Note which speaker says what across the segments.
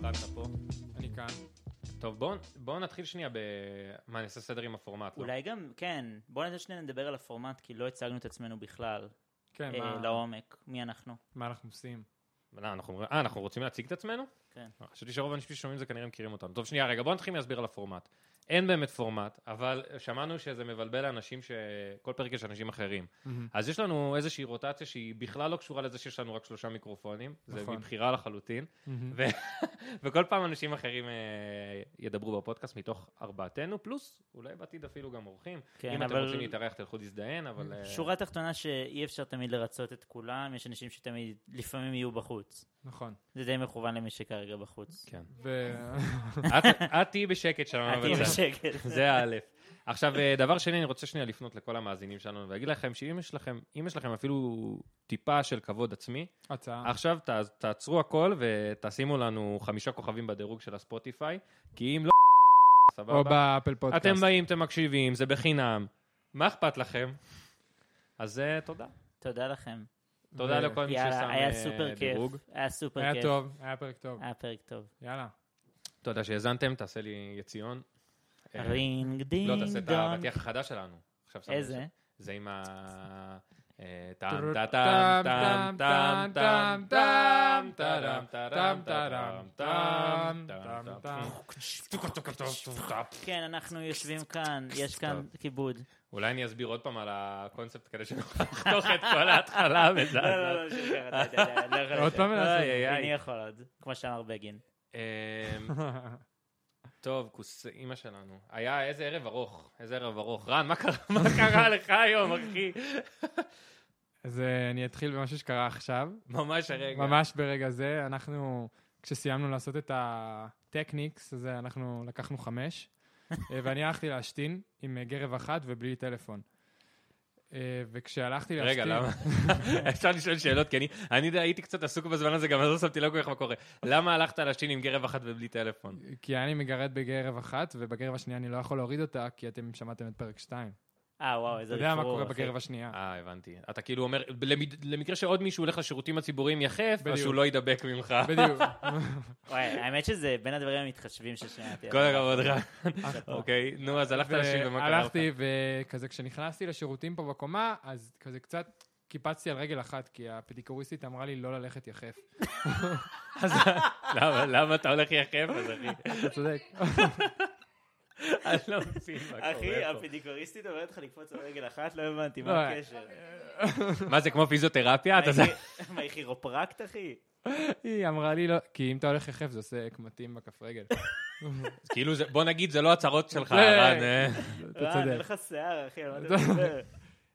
Speaker 1: אתה פה, אני כאן.
Speaker 2: טוב, בואו בוא נתחיל שנייה ב... מה, נעשה סדר עם הפורמט, לא?
Speaker 3: אולי גם, כן, בוא נדבר שנייה נדבר על הפורמט, כי לא הצגנו את עצמנו בכלל
Speaker 1: כן,
Speaker 3: אה,
Speaker 1: מה-
Speaker 3: לעומק, מי אנחנו.
Speaker 1: מה אנחנו עושים?
Speaker 2: לא, אנחנו אומרים- אה, אנחנו רוצים להציג את עצמנו?
Speaker 3: כן.
Speaker 2: אה, חשבתי שרוב האנשים ששומעים זה כנראה מכירים אותנו. טוב, שנייה, רגע, בואו נתחיל להסביר על הפורמט. אין באמת פורמט, אבל שמענו שזה מבלבל לאנשים ש... כל פרק יש אנשים אחרים. אז יש לנו איזושהי רוטציה שהיא בכלל לא קשורה לזה שיש לנו רק שלושה מיקרופונים, זה
Speaker 1: נכון.
Speaker 2: מבחירה לחלוטין,
Speaker 1: מהמם.
Speaker 2: ו... וכל פעם אנשים אחרים אה, ידברו בפודקאסט מתוך ארבעתנו, פלוס אולי בעתיד אפילו גם אורחים.
Speaker 3: כן,
Speaker 2: אם אתם
Speaker 3: אבל-
Speaker 2: רוצים להתארח תלכו להזדיין, אבל... אה,
Speaker 3: שורה תחתונה שאי אפשר תמיד לרצות את כולם, יש אנשים שתמיד, לפעמים יהיו בחוץ.
Speaker 1: נכון.
Speaker 3: זה די מכוון למי שכרגע בחוץ.
Speaker 2: כן.
Speaker 1: ו-
Speaker 2: את- את תהיי בשקט שם.
Speaker 3: אה,
Speaker 2: אבל
Speaker 3: תהיי
Speaker 2: בסדר.
Speaker 3: בשקט.
Speaker 2: זה האלף. עכשיו, אה, דבר שני, אני רוצה שנייה לפנות לכל המאזינים שלנו ולהגיד לכם שאם יש לכם, אם יש לכם אפילו טיפה של כבוד עצמי,
Speaker 1: הצעה.
Speaker 2: עכשיו ת- תעצרו הכל ותשימו לנו חמישה כוכבים בדירוג של הספוטיפיי, כי אם לא,
Speaker 1: או
Speaker 2: סבבה.
Speaker 1: באפל פודקאסט.
Speaker 2: אתם באים, אתם מקשיבים, זה בחינם. מה אכפת לכם? אז אה, תודה.
Speaker 3: תודה לכם.
Speaker 2: תודה
Speaker 1: ו-
Speaker 2: לכל מי ששם
Speaker 3: יאללה, היה
Speaker 2: אה,
Speaker 3: סופר כיף.
Speaker 2: דירוג.
Speaker 3: היה סופר כיף.
Speaker 1: היה טוב, היה פרק טוב.
Speaker 2: אה.
Speaker 3: היה פרק טוב.
Speaker 1: יאללה.
Speaker 2: תודה שהאזנתם, תעשה לי יציון. אה,
Speaker 3: רינג דינג
Speaker 2: לא,
Speaker 3: דונג.
Speaker 2: תעשה את האבטיח החדש שלנו. עכשיו שמנו את זה.
Speaker 3: איזה?
Speaker 2: זה עם ה... אה,
Speaker 1: טם,
Speaker 2: טם טם
Speaker 1: טם,
Speaker 2: טם
Speaker 1: טם,
Speaker 2: טם
Speaker 1: טם,
Speaker 2: טם
Speaker 1: טם,
Speaker 2: טם
Speaker 1: טרם,
Speaker 2: טם טם
Speaker 1: טם, טרם,
Speaker 2: טם
Speaker 1: טם,
Speaker 2: טם
Speaker 1: טם,
Speaker 2: טם
Speaker 1: טם.
Speaker 2: טם
Speaker 3: כן, אנחנו יושבים כאן, יש כאן כיבוד.
Speaker 2: אולי אני אסביר עוד פעם על הקונספט כדי שנוכל לחתוך את כל ההתחלה וזה.
Speaker 3: לא, לא, לא, שוב ככה, די, די, די, אני לא יכול
Speaker 1: עוד
Speaker 3: יותר.
Speaker 1: פעם נעשה את
Speaker 2: איי, איי,
Speaker 3: איני
Speaker 2: איי.
Speaker 3: יכול עוד, כמו שאמר בגין.
Speaker 2: אמ,
Speaker 1: זה.
Speaker 2: טוב, כוס אימא שלנו. היה איזה ערב ארוך, איזה ערב ארוך. רן, מה קרה- מה קרה לך היום, אחי?
Speaker 1: אז אה, אני אתחיל במשהו שקרה עכשיו.
Speaker 2: ממש הרגע.
Speaker 1: ממש ברגע זה, אנחנו, כשסיימנו לעשות את הטכניקס, אז אה, אנחנו לקחנו חמש, אה, ואני הלכתי להשתין עם אה, גרב אחת ובלי טלפון. אה, וכשהלכתי להשתין...
Speaker 2: רגע, למה? אפשר לשאול שאלות, כי אני- אני הייתי קצת עסוק בזמן הזה, גם אז לא שמתי לא כל כך מה קורה. למה הלכת להשתין עם גרב אחת ובלי טלפון?
Speaker 1: כי אני מגרד בגרב אחת, ובגרב השנייה אני לא יכול להוריד אותה, כי אתם שמעתם את פרק 2.
Speaker 3: אה, וואו,
Speaker 1: אתה
Speaker 3: איזה רפרור.
Speaker 1: יודע מה קורה
Speaker 3: אחי.
Speaker 1: בגרב השנייה.
Speaker 2: אה, הבנתי. אתה כאילו אומר, "למד- למקרה שעוד מישהו הולך לשירותים הציבוריים יחף,
Speaker 1: בדיוק.
Speaker 2: אז שהוא לא יידבק ממך.
Speaker 1: בדיוק.
Speaker 3: וואי, האמת שזה בין הדברים המתחשבים ששמעתי.
Speaker 2: כל הכבוד רן.
Speaker 3: שאפו.
Speaker 2: אוקיי, נו, אז הלכת להשתין ומה קרה לך?
Speaker 1: הלכתי, וכזה כשנכנסתי לשירותים פה בקומה, אז כזה קצת קיפצתי על רגל אחת, כי הפדיקוריסטית אמרה לי לא ללכת יחף.
Speaker 2: למה- למה אתה הולך יחף? אז אחי,
Speaker 1: אתה צודק.
Speaker 2: אני לא מבין מה
Speaker 3: אחי,
Speaker 2: קורה
Speaker 3: הפדיקוריסטית אומרת לך לקפוץ על רגל אחת, לא הבנתי,
Speaker 1: לא,
Speaker 3: מה הקשר?
Speaker 2: פה. מה זה, כמו פיזיותרפיה? אתה זה-
Speaker 3: מה, היא- מה, היא כירופרקט, אחי?
Speaker 1: היא אמרה לי לא, כי אם אתה הולך יחף זה עושה קמטים בכף רגל.
Speaker 2: אז כאילו, זה- בוא נגיד, זה לא הצהרות שלך,
Speaker 1: זה-
Speaker 2: רן. אה.
Speaker 1: אתה
Speaker 3: רן, אין
Speaker 1: צודק.
Speaker 3: לך שיער, אחי, על מה אתה מדבר?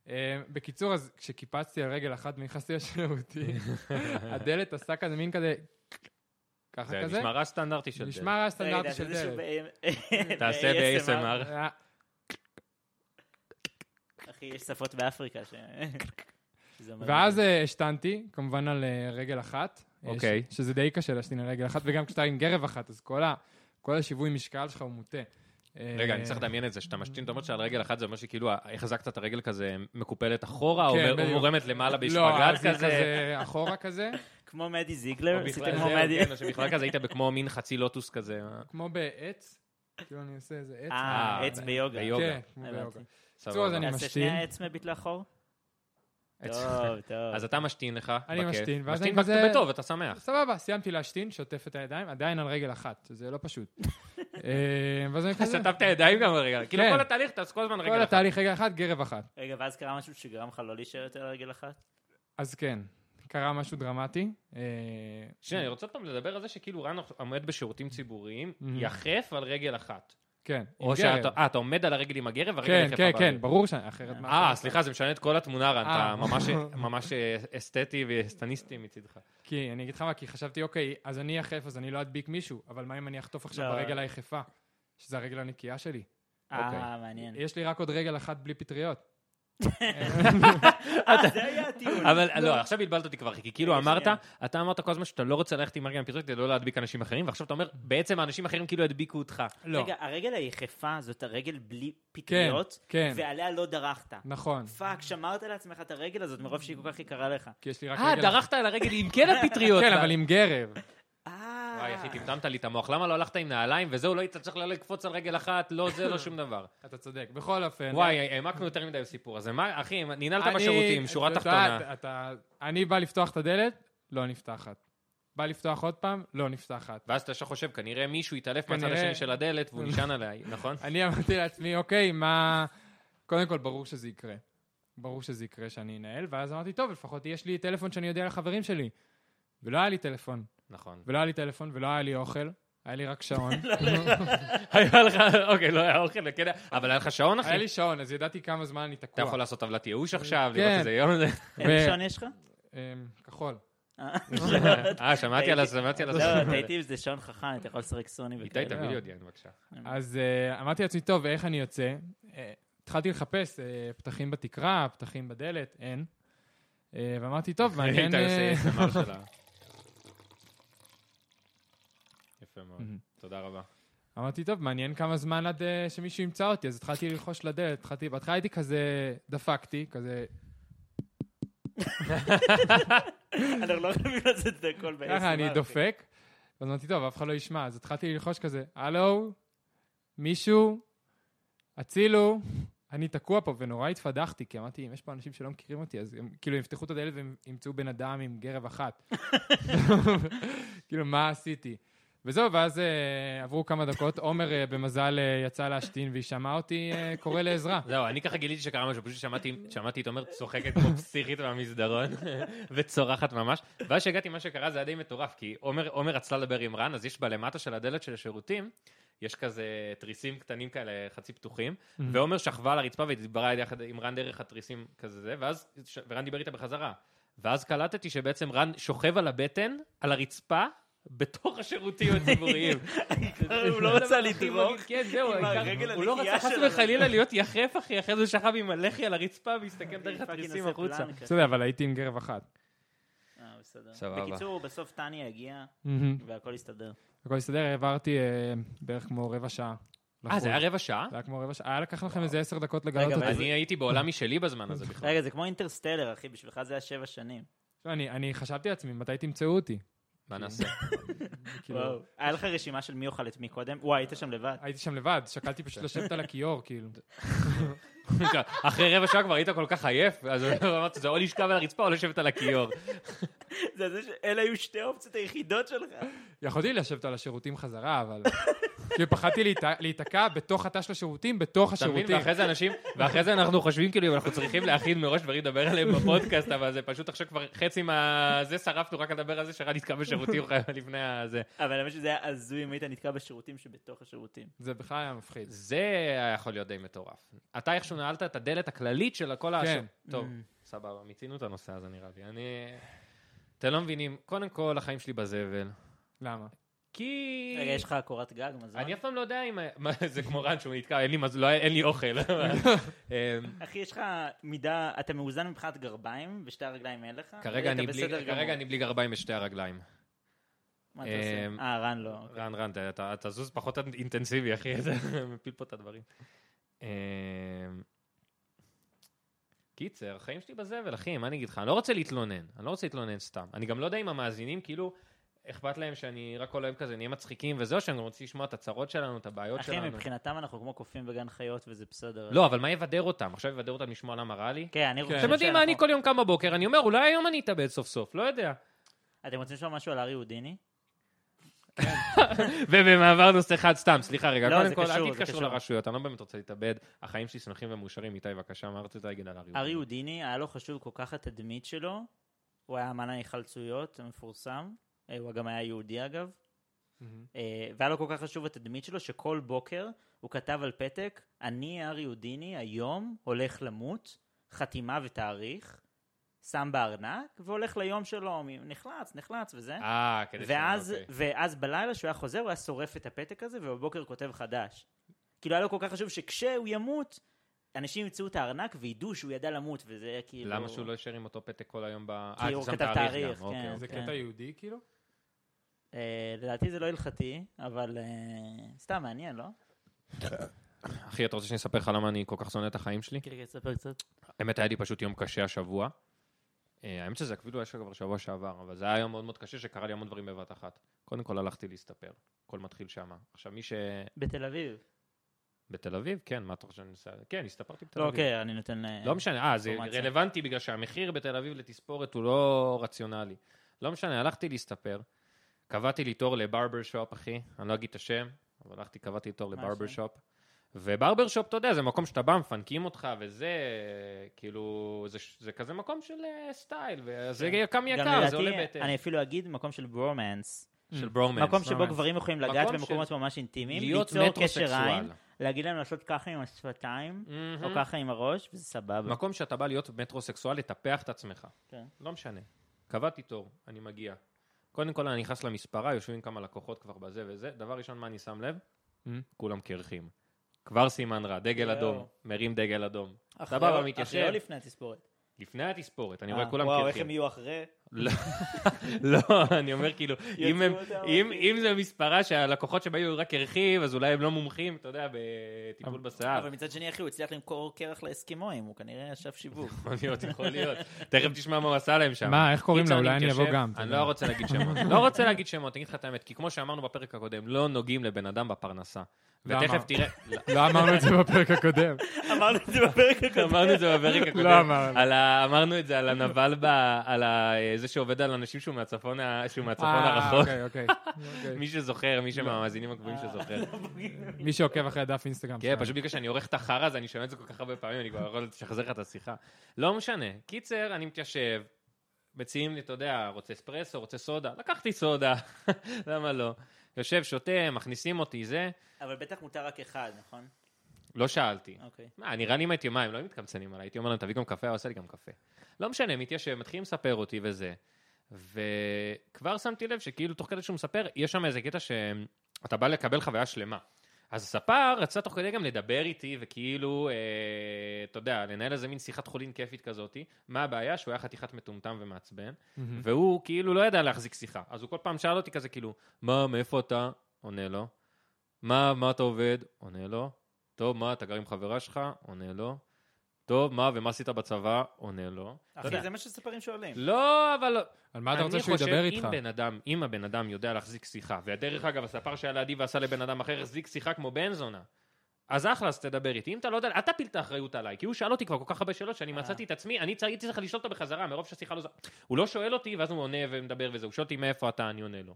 Speaker 1: אה, בקיצור, אז כשקיפצתי על רגל אחת ונכנסתי לשירותים, הדלת עשה כזה מין כזה, ככה
Speaker 2: זה
Speaker 1: כזה.
Speaker 2: נשמע רע סטנדרטי של
Speaker 1: נשמע הסטנדרטי
Speaker 3: רגע,
Speaker 1: של
Speaker 3: תעשה
Speaker 1: דלת.
Speaker 3: איזשהו ב-
Speaker 2: תעשה ב-ASMR.
Speaker 1: אה,
Speaker 3: אחי, יש שפות באפריקה ש... שזה אומר-
Speaker 1: ואז אה, השתנתי, כמובן על אה, רגל אחת. אה,
Speaker 2: אוקיי.
Speaker 1: ש- שזה די קשה להשתין על רגל אחת, וגם כשאתה עם גרב אחת, אז כל ה- כל השיווי משקל שלך הוא מוטה. אה,
Speaker 2: רגע, אני צריך לדמיין את זה, שאתה משתין, אתה אומר שעל רגל אחת זה אומר שכאילו אה, החזקת את הרגל כזה אה, מקופלת אחורה, או
Speaker 1: כן,
Speaker 2: מ- או
Speaker 1: בדיוק.
Speaker 2: מורמת למעלה
Speaker 1: לא,
Speaker 2: באשפגאט
Speaker 1: אז היא
Speaker 2: כזה.
Speaker 1: כזה אחורה כזה,
Speaker 3: כמו מדי
Speaker 2: או
Speaker 3: זיגלר, עשיתם
Speaker 2: בכלל
Speaker 3: כמו
Speaker 2: זהו,
Speaker 3: מדי...
Speaker 1: אוקיי.
Speaker 2: כן, או שבכלל כזה היית בכמו מין חצי לוטוס כזה.
Speaker 1: כמו בעץ. כאילו אני עושה איזה עץ.
Speaker 3: אה,
Speaker 2: אה,
Speaker 3: עץ ביוגה.
Speaker 2: ביוגה.
Speaker 1: כן, כמו
Speaker 3: הבנתי.
Speaker 1: ביוגה. בקיצור, אז
Speaker 2: סבבה.
Speaker 1: אני
Speaker 3: תעשה שנייה
Speaker 1: משתין.
Speaker 3: עץ מביט לאחור.
Speaker 2: עץ.
Speaker 3: טוב, טוב.
Speaker 2: אז אתה משתין לך,
Speaker 1: אני
Speaker 2: בכיף.
Speaker 1: משתין, ואז
Speaker 2: משתין
Speaker 1: אני כזה-
Speaker 2: בטוב, אתה שמח.
Speaker 1: סבבה, סיימתי להשתין, שוטף את הידיים, עדיין על רגל אחת, זה לא פשוט. אה, ואז אני
Speaker 2: אתה
Speaker 1: כזה,
Speaker 2: שטף את הידיים גם רגע. כאילו
Speaker 1: כן.
Speaker 2: כל התהליך, אתה עושה כל הזמן
Speaker 1: כל
Speaker 2: רגל אחת.
Speaker 1: התהליך רגל אחת, גרב אחת.
Speaker 3: רגע, ואז קרה משהו שגרם לך לא להישאר יותר על רגל אחת?
Speaker 1: אז כן, קרה משהו דרמטי. אה,
Speaker 2: שנייה, אני רוצה עוד פעם לדבר על זה שכאילו רן עומד בשירותים ציבוריים,
Speaker 1: Mhm.
Speaker 2: יחף על רגל אחת.
Speaker 1: כן, עם
Speaker 2: או שאתה
Speaker 1: גרב.
Speaker 2: אה, אתה עומד על הרגל עם הגרב, והרגל
Speaker 1: כן,
Speaker 2: יחפה
Speaker 1: כן,
Speaker 2: באוויר.
Speaker 1: כן, ברור שאני, אחרת מה...
Speaker 2: אה, סליחה, זה משנה את כל התמונה, רן,
Speaker 1: אה.
Speaker 2: אתה ממש- ממש אה, אסתטי ואסטניסטי מצידך.
Speaker 1: כי אני אגיד לך מה, כי חשבתי, אוקיי, אז אני אחף, אז אני לא אדביק מישהו, אבל מה אם אני אחטוף עכשיו
Speaker 3: לא.
Speaker 1: ברגל היחפה? שזה הרגל הנקייה שלי. אוקיי.
Speaker 3: אה, מעניין.
Speaker 1: יש לי רק עוד רגל אחת בלי פטריות.
Speaker 3: אה, זה היה הטיעון.
Speaker 2: אבל לא, עכשיו בלבלת אותי כבר, כי
Speaker 1: אה,
Speaker 2: כאילו
Speaker 3: רגע,
Speaker 2: אמרת,
Speaker 3: שנייה.
Speaker 2: אתה אמרת כל הזמן שאתה לא רוצה ללכת עם הרגל המפרסומת כדי לא להדביק אנשים אחרים, ועכשיו אתה אומר, בעצם האנשים האחרים כאילו הדביקו אותך.
Speaker 1: לא.
Speaker 3: רגע, הרגל היחפה זאת הרגל בלי
Speaker 1: כן,
Speaker 3: פטריות,
Speaker 1: כן,
Speaker 3: ועליה לא דרכת.
Speaker 1: נכון.
Speaker 3: פאק, שמרת לעצמך את הרגל הזאת מרוב שהיא כל כך יקרה לך.
Speaker 1: כי יש לי רק רגל
Speaker 2: אה,
Speaker 1: אחת.
Speaker 2: דרכת על הרגל עם כן הפטריות.
Speaker 1: כן, אבל עם גרב.
Speaker 3: אה,
Speaker 2: וואי, אחי, טמטמת לי את המוח, למה לא הלכת עם נעליים וזהו, לא היית צריך לקפוץ על רגל אחת, לא זה, לא שום דבר.
Speaker 1: אתה צודק. בכל אופן...
Speaker 2: וואי, העמקנו יותר מדי בסיפור הזה. מה, אחי, ננעלת
Speaker 1: אני-
Speaker 2: בשירותים, שורה
Speaker 1: אתה-
Speaker 2: תחתונה.
Speaker 1: אתה- אני בא לפתוח את הדלת, לא נפתחת. בא לפתוח עוד פעם, לא נפתחת.
Speaker 2: ואז אתה ישר חושב, כנראה מישהו התעלף מהצד
Speaker 1: כנראה-
Speaker 2: השני של הדלת והוא נשען עליי, נכון?
Speaker 1: אני אמרתי לעצמי, אוקיי, מה... קודם כל, ברור שזה יקרה. ברור שזה יקרה שאני אנהל, ואז אמרתי, טוב, לפחות יש לי טלפון שאני יודע לחברים שלי. ולא היה לי טלפון,
Speaker 2: נכון.
Speaker 1: ולא היה לי טלפון, ולא היה לי אוכל, היה לי רק שעון.
Speaker 2: היה לך, אוקיי, לא היה אוכל, כן, אבל היה לך שעון,
Speaker 1: היה
Speaker 2: אחי.
Speaker 1: לי שעון, אז ידעתי כמה זמן אני
Speaker 2: אתה
Speaker 1: תקוע.
Speaker 2: יכול לעשות טבלת ייאוש עכשיו,
Speaker 1: כן.
Speaker 2: לראות איזה יום זה.
Speaker 1: ו-
Speaker 3: איזה שעון יש לך?
Speaker 1: אמ, כחול.
Speaker 3: אה,
Speaker 2: אה, שמעתי על זה, שמעתי על
Speaker 3: לא,
Speaker 2: זה.
Speaker 3: אתה איתי, זה שעון חכם, אתה יכול לשחק סוני
Speaker 2: איתי,
Speaker 1: כן,
Speaker 3: וכאלה.
Speaker 1: לא.
Speaker 2: תביא לי עוד יין, בבקשה.
Speaker 1: אז אה, אמרתי לעצמי, טוב, איך אני יוצא? אה, התחלתי לחפש אה, פתחים בתקרה, פתחים בדלת, אין. אה, ואמרתי, טוב, מעניין...
Speaker 2: איתי
Speaker 1: אה,
Speaker 2: עושה ASMR שלה. יפה מאוד,
Speaker 1: מהמם.
Speaker 2: תודה רבה.
Speaker 1: אמרתי, טוב, מעניין כמה זמן עד אה, שמישהו ימצא אותי, אז התחלתי ללחוש לדלת, התחלתי, בהתחלה הייתי כזה, דפקתי, כזה,
Speaker 3: אנחנו לא יכולים לעשות את הכל ב-ASMR.
Speaker 1: ככה אני דופק, ואז אמרתי, טוב, אף אחד לא ישמע, אז התחלתי ללחוש כזה, הלו, מישהו, הצילו, אני תקוע פה, ונורא התפדחתי, כי אמרתי, אם יש פה אנשים שלא מכירים אותי, אז הם כאילו יפתחו את הדלת והם ימצאו בן אדם עם גרב אחת. כאילו, מה עשיתי? וזהו, ואז אה, עברו כמה דקות, עומר אה, במזל אה, יצא להשתין והיא שמעה אותי אה, קורא לעזרה.
Speaker 2: זהו, אני ככה גיליתי שקרה משהו, פשוט שמעתי- שמעתי את עומר צוחקת כמו פסיכית מהמסדרון, וצורחת ממש. ואז שהגעתי, מה שקרה זה היה די מטורף, כי עומר עומר רצתה לדבר עם רן, אז יש בלמטה של הדלת של השירותים, יש כזה תריסים קטנים כאלה, חצי פתוחים, ועומר שכבה על הרצפה ודיברה יחד עם רן דרך התריסים כזה זה, ואז, ש- ורן דיבר איתה בחזרה. ואז קלטתי שבעצם רן שוכב על הבטן, על הרצפה, בתוך השירותים הציבוריים.
Speaker 3: הוא לא רצה לדרוך.
Speaker 2: כן, זהו,
Speaker 3: עם
Speaker 2: העיקר-
Speaker 3: הרגל
Speaker 2: הוא לא
Speaker 3: הנקייה
Speaker 2: רצה חס
Speaker 3: שלו.
Speaker 2: וחלילה להיות יחף, אחי, אחרי זה שכב עם הלחי על הרצפה והסתכל דרך
Speaker 3: פאקינג
Speaker 2: התריסים
Speaker 3: עושה
Speaker 2: החוצה.
Speaker 3: פלנק.
Speaker 1: בסדר, אבל הייתי עם גרב אחת.
Speaker 3: אה, בסדר.
Speaker 2: סבבה.
Speaker 3: בקיצור, בסוף טניה הגיעה והכל הסתדר.
Speaker 1: הכל הסתדר, העברתי אה, בערך כמו רבע שעה.
Speaker 2: אה,
Speaker 1: לחו"ל.
Speaker 2: זה היה רבע שעה?
Speaker 1: זה היה כמו רבע שעה, היה לקח לכם איזה עשר דקות לגלות
Speaker 3: רגע,
Speaker 1: אותי.
Speaker 3: אבל-
Speaker 2: אני הייתי בעולם משלי בזמן הזה בכלל.
Speaker 3: רגע, זה כמו אינטרסטלר, אחי, בשבילך זה היה שבע שנים.
Speaker 1: תשמע, לא, אני- אני חשבתי לעצמי, מתי תמצאו אותי?
Speaker 2: מה נעשה?
Speaker 1: כאילו,
Speaker 3: היה לך רשימה של מי אוכל את מי קודם? וואי, היית שם לבד.
Speaker 1: הייתי שם לבד, שקלתי פשוט לשבת על הכיור, כאילו.
Speaker 2: אחרי רבע שעה כבר היית כל כך עייף, אז אמרתי, זה או לשכב על הרצפה או לשבת על הכיור.
Speaker 3: זה זה ש- אלה היו שתי האופציות היחידות שלך.
Speaker 1: יכולתי לשבת על השירותים חזרה, אבל... כאילו, פחדתי להיתע- להיתקע בתוך התא של השירותים, בתוך
Speaker 2: אתה מבין?
Speaker 1: השירותים.
Speaker 2: ואחרי זה אנשים, ואחרי זה אנחנו חושבים כאילו אם אנחנו צריכים להכין מראש דברים לדבר עליהם בפודקאסט, אבל זה פשוט עכשיו כבר חצי מה... זה שרפנו רק לדבר על זה שרן נתקע בשירותים לפני הזה.
Speaker 3: אבל האמת שזה היה הזוי אם היית נתקע בשירותים שבתוך השירותים.
Speaker 1: זה בכלל היה מפחיד.
Speaker 2: זה היה יכול להיות די מטורף. אתה איכשהו נעלת את הדלת הכללית של כל האשם.
Speaker 1: כן.
Speaker 2: טוב, סבבה, מיצינו את הנושא הזה נראה לי. אני... אתם לא מבינים, קודם כל החיים שלי בזבל.
Speaker 1: למה?
Speaker 2: כי...
Speaker 3: רגע, יש לך קורת גג, מזון?
Speaker 2: אני אף פעם לא יודע אם... מה, זה כמו רן שהוא נתקע, אין לי מז- לא, אין לי אוכל. אמ,
Speaker 3: אחי, יש לך מידה, אתה מאוזן מבחינת גרביים, ושתי הרגליים אין לך?
Speaker 2: כרגע
Speaker 3: ואתה
Speaker 2: אני בלי-
Speaker 3: בסדר גמור.
Speaker 2: כרגע אני בלי גרביים בשתי הרגליים.
Speaker 3: מה אתה עושה?
Speaker 2: אמ,
Speaker 3: אה, רן לא.
Speaker 2: רן, רן, אתה- אתה אתה זוז פחות אינטנסיבי, אחי, אתה מפיל פה את הדברים. אמ, קיצר, החיים שלי בזבל, אחי, מה אני אגיד לך? אני לא רוצה להתלונן, אני לא רוצה להתלונן סתם. אני גם לא יודע אם המאזינים, כאילו, אכפת להם שאני רק כל היום כזה נהיה מצחיקים וזהו, שהם גם רוצים לשמוע את הצרות שלנו, את הבעיות
Speaker 3: אחי,
Speaker 2: שלנו.
Speaker 3: מבחינתם אנחנו כמו קופים בגן חיות, וזה בסדר.
Speaker 2: לא, אבל מה יבדר אותם? עכשיו יבדר אותם לשמוע למה רע לי?
Speaker 3: כן, אני חושב
Speaker 2: אתם יודעים מה, אני
Speaker 3: שאנחנו-
Speaker 2: כל יום קם בבוקר, אני אומר, אולי היום אני אתאבד סוף סוף, לא יודע.
Speaker 3: אתם רוצים לשמוע משהו על ארי הודיני?
Speaker 2: ובמעבר נושא אחד סתם, סליחה רגע,
Speaker 3: לא,
Speaker 2: קודם
Speaker 3: זה
Speaker 2: כל,
Speaker 3: קשור,
Speaker 2: אל
Speaker 3: זה
Speaker 2: תתקשרו
Speaker 3: קשור.
Speaker 2: לרשויות, אני לא באמת רוצה להתאבד, החיים שלי שמחים ומאושרים, איתי בבקשה, מה רצית להגיד על ארי?
Speaker 3: ארי
Speaker 2: אודיני?
Speaker 3: הודיני, היה לו חשוב כל כך התדמית שלו. הוא היה אמן ההיחלצויות המפורסם. אה, הוא גם היה יהודי אגב. אה, והיה לו כל כך חשוב התדמית שלו, שכל בוקר הוא כתב על פתק, אני ארי הודיני, היום הולך למות, חתימה ותאריך, שם בארנק, והולך ליום שלו, מ- נחלץ, נחלץ וזה.
Speaker 2: אה, כדי ש...
Speaker 3: ואז,
Speaker 2: אוקיי.
Speaker 3: ואז בלילה שהוא היה חוזר, הוא היה שורף את הפתק הזה, ובבוקר כותב חדש. כאילו היה לו כל כך חשוב שכשהוא ימות, אנשים ימצאו את הארנק וידעו שהוא ידע למות, וזה היה כאילו...
Speaker 2: למה שהוא לא יישאר עם אותו פתק כל היום ב...
Speaker 3: כי
Speaker 2: אה,
Speaker 3: הוא
Speaker 2: אתה שם
Speaker 3: כתב
Speaker 2: תאריך
Speaker 3: תאריך,
Speaker 2: גם, אוקיי.
Speaker 3: כן.
Speaker 2: אוקיי.
Speaker 1: זה קטע יהודי, כאילו?
Speaker 3: אה, לדעתי זה לא הלכתי, אבל אה, סתם מעניין, לא?
Speaker 2: אחי, אתה רוצה שאני אספר לך למה אני כל כך שונא את החיים שלי?
Speaker 3: כן, כן, תספר קצת.
Speaker 2: האמת, היה לי פשוט יום קשה השבוע. אה, האמת שזה אפילו היה כבר שבוע שעבר, אבל זה היה יום מאוד מאוד קשה שקרה לי המון דברים בבת אחת. קודם כל הלכתי להסתפר, הכל מתחיל שמה. עכשיו מי ש...
Speaker 3: בתל אביב.
Speaker 2: בתל אביב, כן, מה אתה חושב שאני עושה? כן, הסתפרתי בתל
Speaker 3: לא,
Speaker 2: אביב.
Speaker 3: אוקיי, אני נותן... אה,
Speaker 2: לא משנה, אה, זה
Speaker 3: אינפורמציה.
Speaker 2: רלוונטי בגלל שהמחיר בתל אביב לתספורת הוא לא רציונלי. לא משנה, הלכתי להסתפר, קבעתי לי תור לברבר שופ, אחי, אני לא אגיד את השם, אבל הלכתי, קבעתי תור
Speaker 3: מה
Speaker 2: לברבר
Speaker 3: השם?
Speaker 2: שופ. וברבר שופ, אתה יודע, זה מקום שאתה בא, מפנקים אותך, וזה, כאילו, זה, זה כזה מקום של אה, סטייל, וזה
Speaker 3: כן.
Speaker 2: גם
Speaker 3: גם
Speaker 2: יקר, זה עולה
Speaker 3: לדעתי,
Speaker 2: בהתאם.
Speaker 3: אני אפילו אגיד מקום של ברומנס.
Speaker 2: של ברומנס.
Speaker 3: מקום שבו
Speaker 1: ברומנס.
Speaker 3: גברים יכולים לגעת
Speaker 2: מקום
Speaker 3: במקומות ממש אינטימיים,
Speaker 2: להיות
Speaker 3: ליצור קשר עין,
Speaker 2: מטרוסקסואל.
Speaker 3: להגיד להם לעשות ככה עם השפתיים,
Speaker 2: מהמם.
Speaker 3: או ככה עם הראש, וזה סבבה.
Speaker 2: מקום שאתה בא להיות מטרוסקסואל, לטפח את עצמך.
Speaker 3: כן.
Speaker 2: לא משנה. קבעתי תור, אני מגיע. קודם כל אני נכנס למספרה, יושבים כמה לקוחות כבר בזה וזה. דבר ראשון, מה אני שם לב?
Speaker 3: Hmm?
Speaker 1: Mm.
Speaker 2: כולם קרחים. כבר סימן רע, דגל
Speaker 3: יואו.
Speaker 2: אדום, מרים דגל אדום.
Speaker 3: אחרי
Speaker 2: סבבה,
Speaker 3: או-
Speaker 2: מתיישב.
Speaker 3: אחרי או לפני התספורת?
Speaker 2: לפני התספורת, אני
Speaker 3: לא אה,
Speaker 2: רואה כולם
Speaker 3: וואו, איך
Speaker 2: קרחים.
Speaker 3: הם יהיו אחרי?
Speaker 2: לא, לא, אני אומר כאילו, אם הם-
Speaker 3: אותם,
Speaker 2: אם-
Speaker 3: אחי.
Speaker 2: אם זה מספרה שהלקוחות שבאים היו רק קרחים, אז אולי הם לא מומחים, אתה יודע, בטיפול בשיער.
Speaker 3: אבל מצד שני, אחי, הוא הצליח למכור קרח לאסקימואים, הוא כנראה ישב שיווק.
Speaker 2: יכול להיות, יכול להיות. תכף תשמע מה הוא עשה להם שם.
Speaker 1: מה, איך קוראים לו?
Speaker 2: קיצר,
Speaker 1: אולי אני
Speaker 2: מתיישב,
Speaker 1: אבוא גם. אתה
Speaker 2: אני
Speaker 1: יודע.
Speaker 2: לא רוצה להגיד שמות. לא רוצה להגיד שמות, אני אגיד לך את האמת, כי כמו שאמרנו בפרק הקודם, לא נוגעים לבן אדם בפרנסה.
Speaker 1: לא
Speaker 2: ותכף
Speaker 1: אמר.
Speaker 2: תראה...
Speaker 1: לא אמרנו את זה בפרק הקודם.
Speaker 3: אמרנו את זה בפרק
Speaker 2: לא, אמרנו את זה בפרק הקודם.
Speaker 1: לא אמרנו.
Speaker 2: על ה- אמרנו את זה על הנבל, ב- על ה- זה שעובד על אנשים שהוא מהצפון ה- שהוא מהצפון
Speaker 1: אה,
Speaker 2: הרחוק.
Speaker 1: אוקיי, אה. אוקיי. אוקיי.
Speaker 2: מי שזוכר, מי שמהמאזינים הקבועים
Speaker 3: אה,
Speaker 2: שזוכר.
Speaker 3: לא
Speaker 1: מי שעוקב אחרי הדף אינסטגרם
Speaker 2: כן,
Speaker 1: שלנו.
Speaker 2: פשוט בגלל שאני עורך את החרא הזה, אני שומע את זה כל כך הרבה פעמים, אני כבר יכול לשחזר לך את השיחה. לא משנה. קיצר, אני מתיישב, מציעים לי, אתה יודע, רוצה אספרסו, רוצה סודה, לקחתי סודה, למה לא? יושב, שותה, מכניסים אותי, זה.
Speaker 3: אבל בטח מותר רק אחד, נכון?
Speaker 2: לא שאלתי.
Speaker 3: אוקיי.
Speaker 2: מה, נראה לי אם הייתי, מה, הם לא היו מתקמצנים עליי, הייתי אומר להם, תביא גם קפה, הוא עושה לי גם קפה. לא משנה, מתיישב, מתחילים לספר אותי וזה. וכבר שמתי לב שכאילו תוך כדי שהוא מספר, יש שם איזה קטע שאתה בא לקבל חוויה שלמה. אז הספר רצה תוך כדי גם לדבר איתי, וכאילו, אה, אתה יודע, לנהל איזה מין שיחת חולין כיפית כזאתי. מה הבעיה? שהוא היה חתיכת מטומטם ומעצבן,
Speaker 1: מהמם.
Speaker 2: והוא כאילו לא ידע להחזיק שיחה. אז הוא כל פעם שאל אותי כזה, כאילו, מה, מאיפה אתה? עונה לו. מה, מה אתה עובד? עונה לו. טוב, מה, אתה גר עם חברה שלך? עונה לו. טוב, מה, ומה עשית בצבא? עונה לו. אתה יודע.
Speaker 3: אחי, זה מה שספרים שואלים.
Speaker 2: לא, אבל...
Speaker 1: על מה אתה רוצה שהוא ידבר איתך?
Speaker 2: אני חושב, אם בן אדם, אם הבן אדם יודע להחזיק שיחה, ודרך אגב, הספר שהיה לידי ועשה לבן אדם אחר, החזיק שיחה כמו בן זונה. אז אחלה, אז תדבר איתי. אם אתה לא יודע, אל תפיל את האחריות עליי, כי הוא שאל אותי כבר כל כך הרבה שאלות,
Speaker 1: אה.
Speaker 2: שאני מצאתי את עצמי, אני צר- הייתי צריך לשאול אותו בחזרה, מרוב שהשיחה לא ז... הוא לא שואל אותי, ואז הוא עונה ומדבר וזה, הוא שואל אותי מאיפה אתה, אני עונה לו.